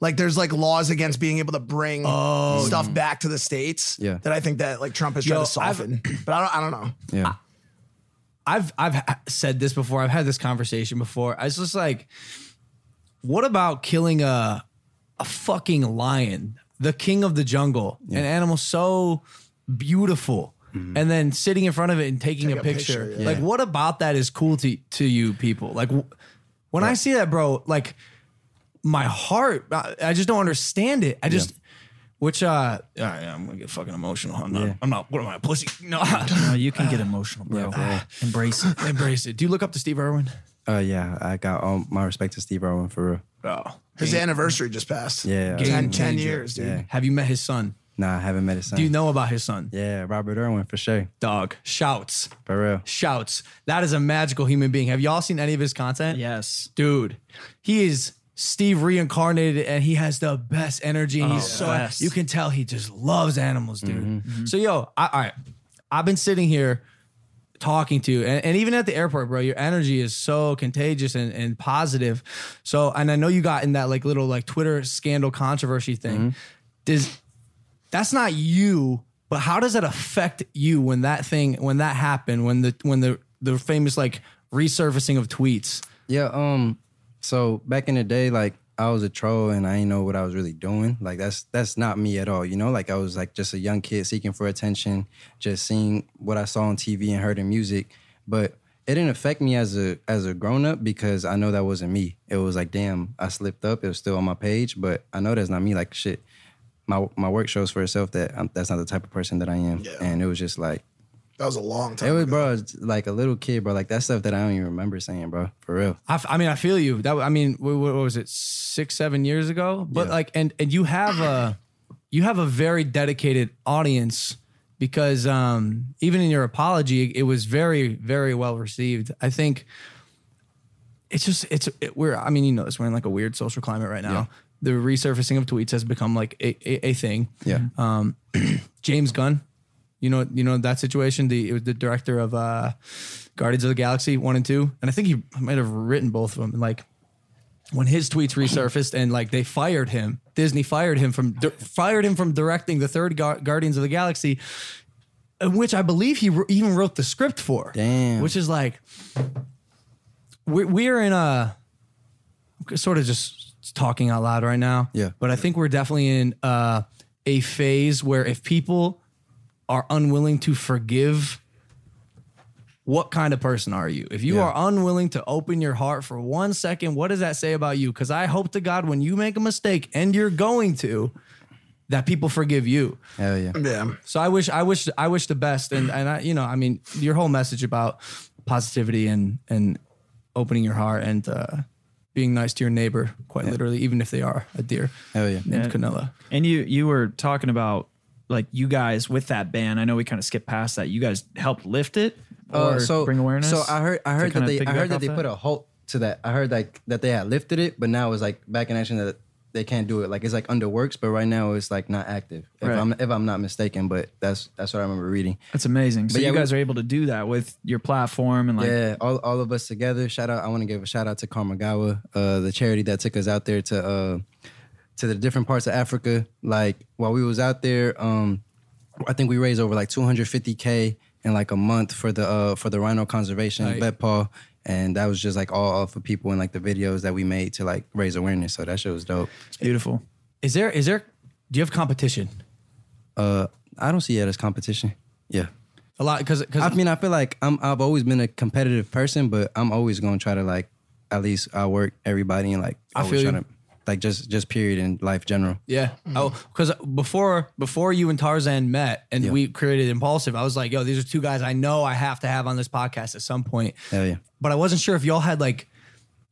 Like there's like laws against being able to bring stuff back to the states. Yeah. that I think that like Trump has tried Yo, to soften. but I don't. I don't know. Yeah. I've I've ha- said this before. I've had this conversation before. I was just like, what about killing a a fucking lion, the king of the jungle, an animal so beautiful, and then sitting in front of it and taking a, picture? picture, Like, what about that is cool to to you people? Like, wh- when I see that, bro, like my heart, I, I just don't understand it. I just. Which uh, all right, I'm gonna get fucking emotional. I'm not. I'm not. What am I, a pussy? No, No, you can get emotional, bro. Embrace it. embrace it. Do you look up to Steve Irwin? Uh, yeah, I got all my respect to Steve Irwin for real. Oh, His anniversary just passed. Yeah. Game 10, 10 changer. years, dude. Yeah. Have you met his son? Nah, I haven't met his son. Do you know about his son? Yeah, Robert Irwin for sure. Dog shouts, For real. shouts. That is a magical human being. Have y'all seen any of his content? Yes. dude. He is Steve reincarnated, and he has the best energy. And he's so best. you can tell he just loves animals, dude. So yo, I, all right, I've been sitting here talking to you, and, and even at the airport, bro, your energy is so contagious and, and positive. So, and I know you got in that like little like Twitter scandal controversy thing. Does that's not you, but how does that affect you when that thing when that happened when the when the the famous like resurfacing of tweets? Yeah, um, so back in the day, like I was a troll and I didn't know what I was really doing. Like that's that's not me at all, you know? Like I was like just a young kid seeking for attention, just seeing what I saw on TV and heard in music. But it didn't affect me as a as a grown up because I know that wasn't me. It was like, damn, I slipped up, it was still on my page, but I know that's not me. Like shit. My my work shows for itself that I'm, that's not the type of person that I am. And it was just like That was a long time. It was, bro, it's like a little kid, bro. Like that stuff that I don't even remember saying, bro. For real. I, f- I mean, I feel you. That I mean, what, what was it, six, seven years ago? But Yeah. like, and and you have a you have a very dedicated audience because um, even in your apology, it was very, very well received. I think it's just it's it, we're I mean, you know, this we're in like a weird social climate right now. The resurfacing of tweets has become like a, a, a thing. Yeah. James Gunn. You know, you know that situation. The it was the director of uh, Guardians of the Galaxy one and two, and I think he might have written both of them. And like when his tweets resurfaced, and like they fired him, Disney fired him from di- fired him from directing the third Gu- Guardians of the Galaxy, uh, which I believe he wr- even wrote the script for. Damn. which is like we we're in a sort of just talking out loud right now. Yeah. But I think we're definitely in uh, a phase where if people are unwilling to forgive, what kind of person are you? If you Yeah. are unwilling to open your heart for one second, what does that say about you? Because I hope to God when you make a mistake and you're going to, that people forgive you. Hell yeah. Yeah. So I wish I wish I wish the best and and I you know I mean your whole message about positivity and and opening your heart and uh being nice to your neighbor, quite literally, even if they are a deer. Hell yeah. Named Canela. And you you were talking about like you guys with that band. I know we kind of skipped past that. You guys helped lift it or Uh, bring awareness. So I heard, I to heard that kinda they, I piggyback heard that off they put a halt to that. I heard like that they had lifted it, but now it's like back in action that they can't do it. Like it's like under works, but right now it's like not active. If Right. I'm if I'm not mistaken, but that's that's what I remember reading. That's amazing. So But yeah, you we- guys are able to do that with your platform and like yeah, all, all of us together. Shout out! I want to give a shout out to Karmagawa, uh, the charity that took us out there to uh, to the different parts of Africa. Like while we was out there, um, I think we raised over like 250k in like a month for the uh, for the rhino conservation Right. at Vet Paw, and that was just like all off of people and like the videos that we made to like raise awareness. So that shit was dope. It's beautiful. Is there is there do you have competition? Uh, I don't see it as competition. Yeah. A lot because because I mean, I feel like I'm. I've always been a competitive person, but I'm always gonna try to like at least I work everybody and like I always feel try you. to like just just period in life general. Yeah. Oh, because before before you and Tarzan met and we created Impulsive, I was like, yo, these are two guys I know I have to have on this podcast at some point. Hell yeah. But I wasn't sure if y'all had like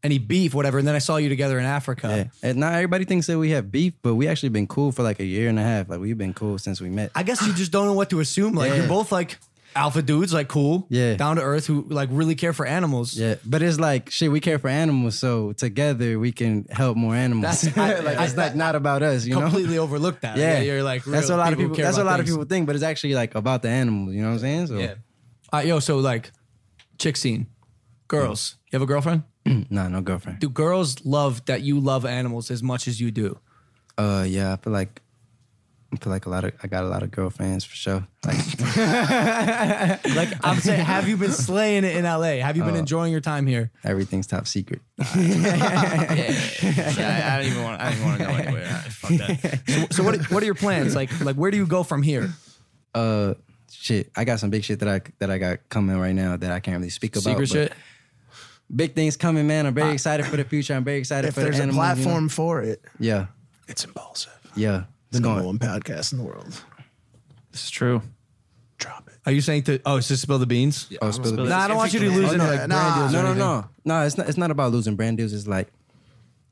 any beef, whatever. And then I saw you together in Africa. And not everybody thinks that we have beef, but we actually been cool for like a year and a half. Like we've been cool since we met. I guess you just don't know what to assume. Like you're Yeah. both like alpha dudes, like cool, Yeah. down to earth, who like really care for animals. yeah, but it's like shit. We care for animals, so together we can help more animals. That's- I- like I- it's like not about us, you know. completely overlooked that. Yeah. you're like that's real what a lot of who people. care That's what a about lot things. of people think, but it's actually like about the animals. You know what I'm saying? So Yeah. All right, yo, so like chick scene, Mm. girls. You have a girlfriend? nah, no girlfriend. Do girls love that you love animals as much as you do? Uh, yeah, I feel like I feel like a lot of I got a lot of girlfriends for sure. Like, Like I'm saying, have you been slaying it in LA? Have you been Uh. enjoying your time here? everything's top secret. I, I don't even want. I don't even want to go anywhere. Ah, Fuck that. So, so what what are your plans? Like like where do you go from here? Uh, shit, I got some big shit that I that I got coming right now that I can't really speak about. but Secret shit. Big things coming, man. I'm very excited for the future. I'm very excited If for there's the a animals, you know? platform for it, Yeah, it's impulsive. yeah. The It's number going. one podcast in the world. This is true. Drop it. Are you saying to oh, it's to spill the beans? Oh, spill spill it. it. Nah, I don't If want you you to can. lose Oh, any no, like nah. brand deals. or No, no, anything. no, no. It's not. It's not about losing brand deals. It's like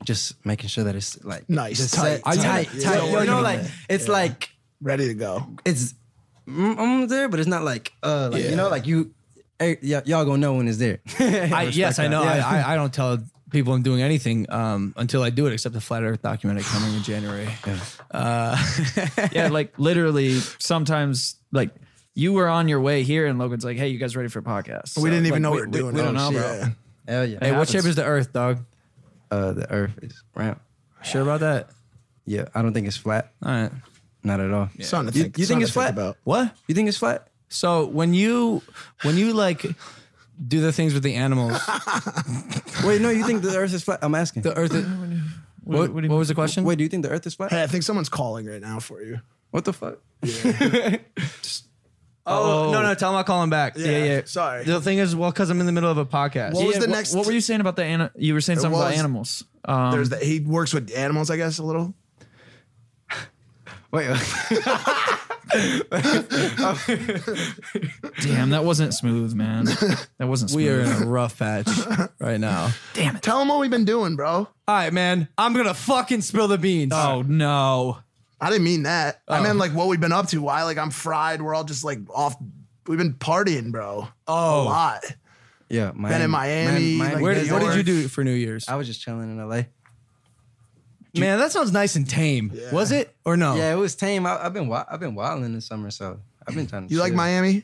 just making sure that it's like Nice, just tight, set- tight, tight. tight. Yeah, You know, yeah. like it's like Ready to go. it's mm, I'm there, but it's not like uh like you know like you eh, y- y'all gonna know when it's there. I, yes, I know. I, I I don't tell people I'm doing anything um, until I do it, except the flat Earth documentary coming in January. yeah, like literally sometimes like you were on your way here and Logan's like, hey, you guys ready for a podcast? So, we didn't even like, know we, were doing. Oh, we it. don't know, bro. Yeah. Hell yeah. Hey, what happens. shape is the Earth, dog? Uh, the Earth is round. Sure about that? Yeah, I don't think it's flat. All right. Not at all. Something to You- think. you think something it's to think flat? about. What? You think it's flat? So when you when you like do the things with the animals, Wait, no. You think the Earth is flat? I'm asking. the Earth. Is, what, what do you what mean? was the question? Wait, do you think the Earth is flat? Hey, I think someone's calling right now for you. What the fuck? Oh, no, no, tell him I'll call him back. Yeah, yeah. Yeah, sorry. The thing is, well, because I'm in the middle of a podcast. What was the what, next- What were you saying about the animal? You were saying something about was- animals. Um, There's that. He works with animals, I guess, a little. Wait. uh, damn, that wasn't smooth, man. That wasn't smooth. we are in a rough patch right now. Damn it. Tell him what we've been doing, bro. All right, man. I'm gonna fucking spill the beans. Oh no. I didn't mean that. I meant like what we've been up to. Why? Like I'm fried. We're all just like off. We've been partying, bro. a Oh. lot. yeah, Miami. in Miami, like, Where New did, what did York. you do for New Year's? I was just chilling in LA. Man, that sounds nice and tame. Was it or no? Yeah, it was tame. I, I've been wi- I've been wilding this summer, so I've been trying. To You like chill. Miami?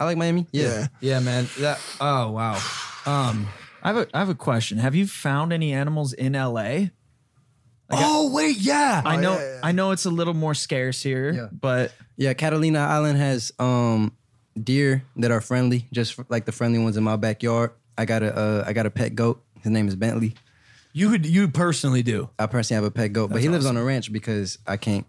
I like Miami. Yeah. Yeah, man. That. Oh wow. Um. I have a I have a question. Have you found any animals in LA? oh wait, yeah. I know yeah, yeah. I know it's a little more scarce here, Yeah. but Yeah, Catalina Island has um deer that are friendly, just f- like the friendly ones in my backyard. I got a uh, I got a pet goat. His name is Bentley. you could you personally do. I personally have a pet goat, but he lives on a ranch because I can't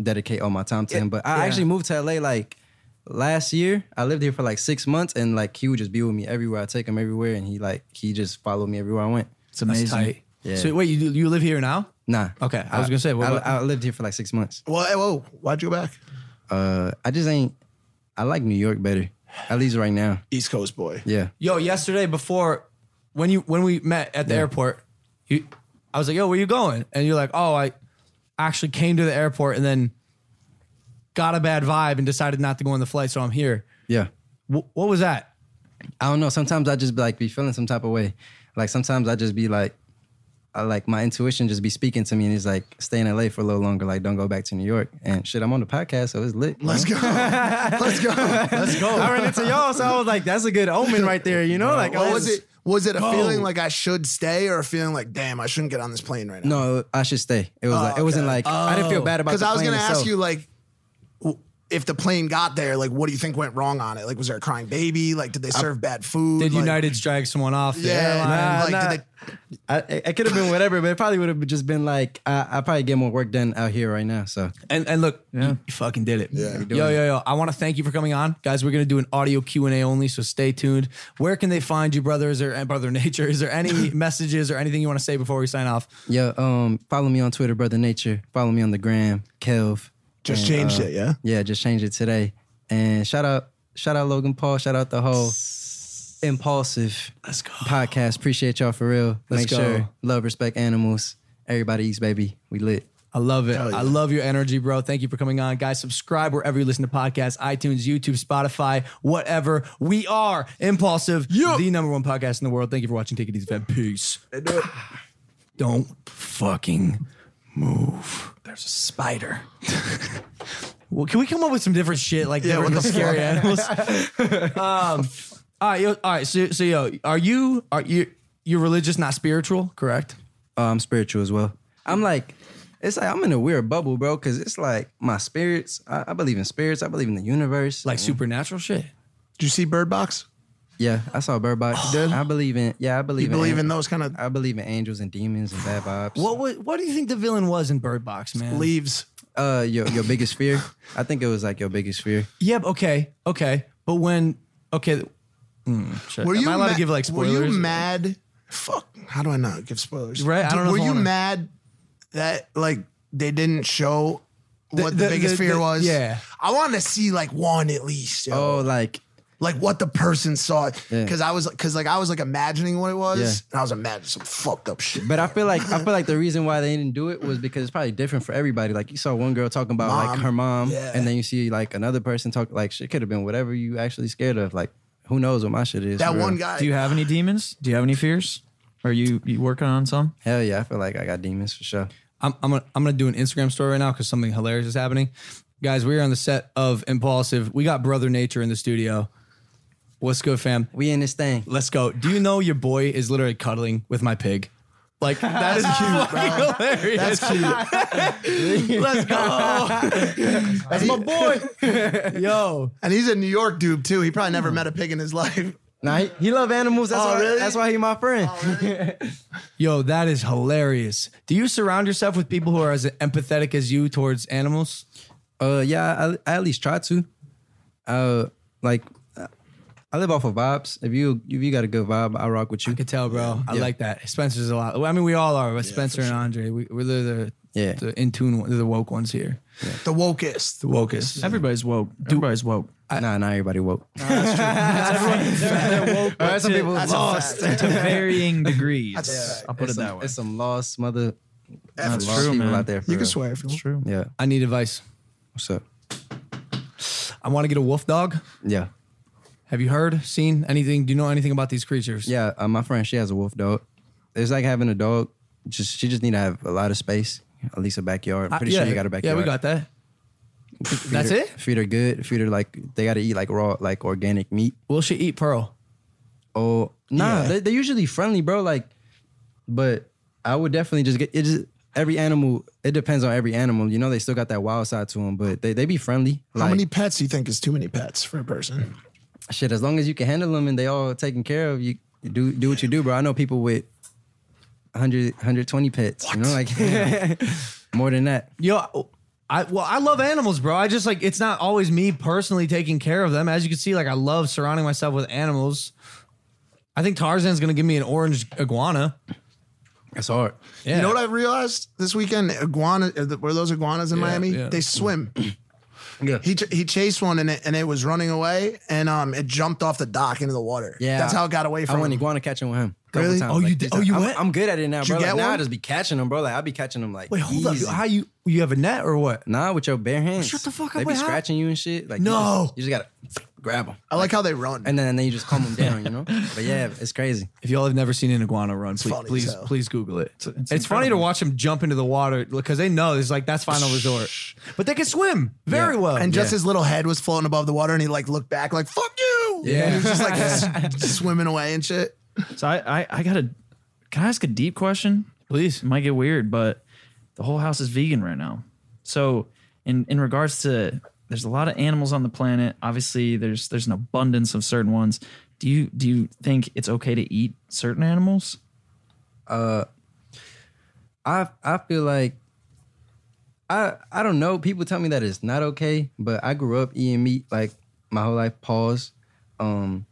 dedicate all my time to him. But I actually moved to LA like last year. I lived here for like six months, and like he would just be with me everywhere. I take him everywhere, and he like he just followed me everywhere I went. it's amazing. Tight. Yeah. So wait, you you live here now? Nah. Okay, I was gonna say, what I, about- I lived here for like six months. Well, hey, whoa. Why'd you go back? Uh, I just ain't. I like New York better, at least right now. East Coast boy. Yeah. Yo, yesterday before when you when we met at the airport, you, I was like, yo, where you going? And you're like, oh, I actually came to the airport and then got a bad vibe and decided not to go on the flight, so I'm here. Yeah. What, what was that? I don't know. Sometimes I just be like be feeling some type of way. Like sometimes I just be like, I like my intuition just be speaking to me, and it's like, stay in LA for a little longer. Like, don't go back to New York. And shit, I'm on the podcast, so it's lit. Let's go. Let's go. Let's go. I ran into y'all, so I was like, that's a good omen right there. You know, like, oh, what I was it? Was it a Go. feeling like I should stay, or a feeling like, damn, I shouldn't get on this plane right now? No, I should stay. It was like it wasn't like I didn't feel bad about because the Oh. I was plane going to ask itself. you like. w- If the plane got there, like, what do you think went wrong on it? Like, was there a crying baby? Like, did they serve bad food? Did like, United's drag someone off? the Yeah, airline? Nah, like, nah. did I, I could have been whatever, but it probably would have just been like I, I probably get more work done out here right now. So and and look, you, you fucking did it. Yeah. doing Yo, it. yo, yo! I want to thank you for coming on, guys. We're gonna do an audio Q and A only, so stay tuned. Where can they find you, brothers or and brother nature? Is there any messages or anything you want to say before we sign off? yeah, um, follow me on Twitter, brother Nature. Follow me on the gram, Kelv. Just And, changed uh, it, yeah? Yeah, just changed it today. And shout out, shout out Logan Paul. Shout out the whole impulsive Let's go. podcast. Appreciate y'all for real. Let's Make go. sure love, respect animals. Everybody eats, baby. We lit. I love it. Hell yeah. I love your energy, bro. Thank you for coming on, guys. Subscribe wherever you listen to podcasts: iTunes, YouTube, Spotify, whatever. We are impulsive, the number one podcast in the world. Thank you for watching. Take it easy, fam. Peace. Don't fucking move. There's a spider. well, can we come up with some different shit like Yeah, different what the scary fuck? animals? um, all right, yo, all right. So, so yo, are you are you you're religious, not spiritual, correct? Uh, I'm spiritual as well. I'm like, it's like I'm in a weird bubble, bro, because it's like my spirits. I, I believe in spirits. I believe in the universe. Like supernatural shit. Did you see Bird Box? Yeah, I saw Bird Box. I believe in. Yeah, I believe. believe in those kind of. Uh, I believe in angels and demons and bad vibes. What wa- what do you think the villain was in Bird Box, man? Leaves. Uh, your your biggest fear? I think it was like your biggest fear. Yeah. but Okay. Okay. But when okay, mm, shit. Were am you I allowed ma- to give like spoilers? Were you mad? Fuck. How do I not give spoilers? Right, I Dude, don't know if Were I you wanna- mad that like they didn't show The- what the, the- biggest the- fear the- was? yeah. I wanted to see like one at least. yo. Oh, like Like what the person saw, Yeah. because I was, because like I was like imagining what it was, Yeah. and I was imagining some fucked up shit. But I feel like I feel like the reason why they didn't do it was because it's probably different for everybody. Like you saw one girl talking about Mom. like her mom, Yeah. and then you see like another person talk like shit could have been whatever you actually scared of. Like who knows what my shit is. That for real. one guy. Do you have any demons? Do you have any fears? Are you, you working on some? Hell yeah, I feel like I got demons for sure. I'm I'm gonna, I'm gonna do an Instagram story right now because something hilarious is happening. Guys, we are on the set of Impulsive. We got Brother Nature in the studio. What's good, fam? We in this thing. Let's go. Do you know your boy is literally cuddling with my pig? Like that is cute, bro. Hilarious. cute. Let's go. That's my boy. Yo. And he's a New York dude too. He probably never met a pig in his life. Nah, he, he love animals. That's Oh, why. really? That's why he my friend. Yo, that is hilarious. Do you surround yourself with people who are as empathetic as you towards animals? Uh, yeah, I, I at least try to. Uh, like uh, I live off of vibes. If you if you got a good vibe, I rock with you. I could tell, bro. I Yeah. like that. Spencer's a lot. well, I mean, we all are, but Spencer and Andre, we, we're the, Yeah. the in tune, one- the woke ones here. The wokest. The wokest. Everybody's woke. Everybody's woke. nah, not everybody woke. That's some people lost lost. to varying degrees. That's a fact. I'll put It's it that some- way. It's some lost mother. uh, That's lost true, people man. out there. For You real. can swear if you want. True. Yeah. I need advice. What's up? I want to get a wolf dog. Yeah. Have you heard, seen anything? Do you know anything about these creatures? Yeah. Uh, my friend, she has a wolf dog. It's like having a dog. Just she just need to have a lot of space, at least a backyard. I'm I- pretty yeah, sure you got a backyard. Yeah, we got that. Feed That's her- it? Feed her good. Feed her like they got to eat like raw, like organic meat. Will she eat Pearl? Oh nah, Yeah. they, they're usually friendly, bro. Like, but I would definitely just get it. Just every animal. It depends on every animal. You know, they still got that wild side to them, but they they be friendly. How Like, many pets do you think is too many pets for a person? shit, as long as you can handle them and they all taken care of, you you do do what you do, bro. I know people with 100, 120 pets, you know, like more than that. Yo, I well, I love animals, bro. I just like it's not always me personally taking care of them. As you can see, like I love surrounding myself with animals. I think Tarzan's gonna give me an orange iguana. That's hard. Yeah. You know what I realized this weekend? Iguana uh, were those iguanas in Miami? yeah. They swim. Yeah. He ch- he chased one and it and it was running away and um it jumped off the dock into the water. Yeah. that's how it got away I from went him. iguana catching with him. couple Really? times. Oh, like, you three did- oh, you times. I'm, went? I'm good at it now, Did you bro. Like, get now I one? just be catching them, bro. Like I be catching them like Wait, hold easy. up. How you you have a net or what? Nah, with your bare hands. Shut the fuck up, They be wait, how- scratching you and shit. Like you No. just- you just, gotta grab them. I like how they run. And then and then you just calm them down, you know. But yeah, it's crazy. If y'all have never seen an iguana run, please funny as please, hell. please Google it. It's, funny to watch them jump into the water because they know it's like that's final resort. But they can swim very Oh, well. And just his little head was floating above the water, and he like looked back, like "fuck you." Yeah. and he was just like s- swimming away and shit. So I, I, I got to, can I ask a deep question? Please. It might get weird, but the whole house is vegan right now. So in, in regards to, there's a lot of animals on the planet. Obviously there's, there's an abundance of certain ones. Do you, do you think it's okay to eat certain animals? Uh, I I feel like I I don't know. People tell me that it's not okay, but I grew up eating meat like my whole life. Pause. Um,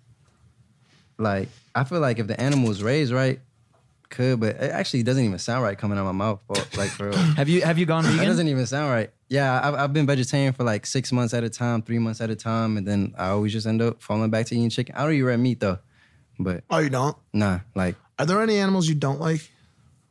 like I feel like if the animal was raised right, could but it actually doesn't even sound right coming out my mouth. bro. Like for real. Have you, have you gone That vegan? doesn't even sound right. Yeah, I've, I've been vegetarian for like six months at a time, three months at a time, and then I always just end up falling back to eating chicken. I don't eat red meat though, but Oh, you don't? nah, like Are there any animals you don't like?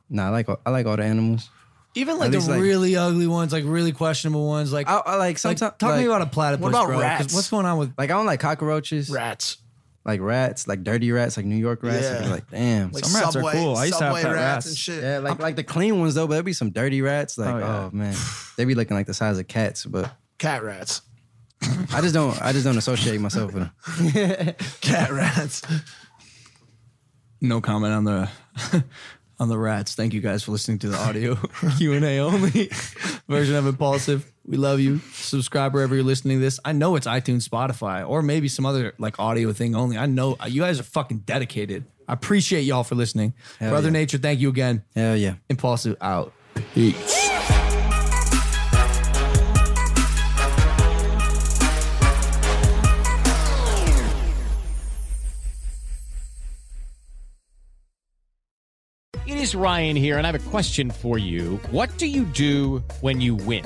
nah, I like all- I like all the animals. Even At like the least, like- really ugly ones, like really questionable ones, like I, I like sometimes talk to me about a platypus. What about bro, 'cause rats? What's going on with Like I don't like cockroaches, rats, like rats, like dirty rats, like New York rats. Yeah. I'd be like damn, Like some rats are cool. I used to have subway pet rats, rats. and shit. Yeah, like like the clean ones though, but there'd be some dirty rats. Like, Oh, oh, yeah. man, they be looking like the size of cats. But Cat rats, I just don't, I just don't associate myself with them. cat rats. No comment on the on the rats. Thank you guys for listening to the audio Q and A only version of Impulsive. We love you. Subscribe wherever you're listening to this. I know it's iTunes, Spotify, or maybe some other like audio thing only. I know you guys are fucking dedicated. I appreciate y'all for listening. Hell Brother yeah. Nature, thank you again. Hell yeah. Impulsive out. Peace. It is Ryan here, and I have a question for you. What do you do when you win?